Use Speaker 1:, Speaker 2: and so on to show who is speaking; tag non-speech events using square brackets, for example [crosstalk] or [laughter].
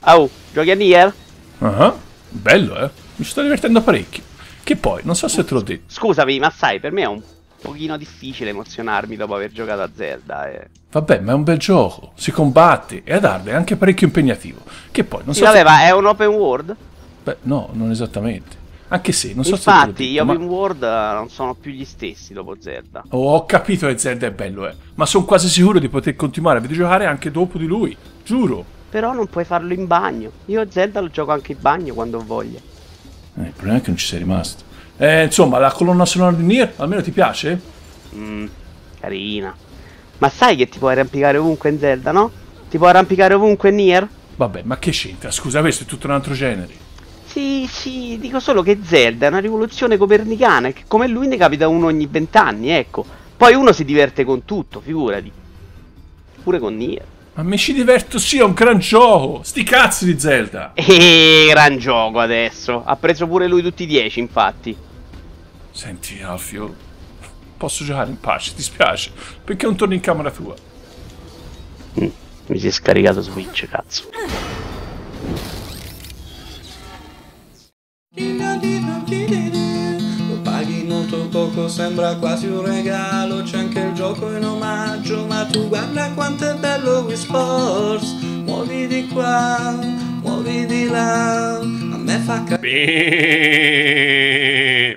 Speaker 1: Oh, giochi a Nier?
Speaker 2: Ah, Bello, eh? Mi sto divertendo parecchio. Che poi, non so se te l'ho detto.
Speaker 1: Scusami, ma sai, per me è un pochino difficile emozionarmi dopo aver giocato a Zelda. Eh.
Speaker 2: Vabbè, ma è un bel gioco. Si combatte e ad Arda è anche parecchio impegnativo. Che poi, non
Speaker 1: Sì,
Speaker 2: so
Speaker 1: vabbè,
Speaker 2: se...
Speaker 1: ma è un open world?
Speaker 2: Beh, no, non esattamente. Anche se, non so se te
Speaker 1: Infatti,
Speaker 2: l'ho
Speaker 1: gli
Speaker 2: detto, ma-
Speaker 1: open world eh, non sono più gli stessi dopo Zelda.
Speaker 2: Oh, ho capito che Zelda è bello, eh. Ma sono quasi sicuro di poter continuare a videogiocare anche dopo di lui. Giuro.
Speaker 1: Però non puoi farlo in bagno. Io Zelda lo gioco anche in bagno quando ho voglia.
Speaker 2: Eh, il problema è che non ci sei rimasto. Eh, insomma, la colonna sonora di Nier almeno ti piace?
Speaker 1: Mm, carina. Ma sai che ti puoi arrampicare ovunque in Zelda, no? Ti puoi arrampicare ovunque in Nier?
Speaker 2: Vabbè, ma che c'entra? Scusa, questo è tutto un altro genere.
Speaker 1: Sì, sì, dico solo che Zelda è una rivoluzione copernicana e che come lui ne capita uno ogni vent'anni, ecco. Poi uno si diverte con tutto, figurati. Pure con Nier. [laughs]
Speaker 2: Ma mi ci diverto, sì, è un gran gioco! Sti cazzi di Zelda!
Speaker 1: E Eh, gran gioco adesso. Ha preso pure lui tutti i 10, infatti.
Speaker 2: Senti, Alfio, posso giocare in pace, ti spiace, perché non torni in camera tua.
Speaker 1: Mi si è scaricato Switch, cazzo.
Speaker 3: Lo paghi molto poco, sembra quasi un regalo. C'è anche il gioco in omaggio. Ma tu guarda quanto è bello Wii Sports. Muovi di qua, muovi di là. A me fa capire.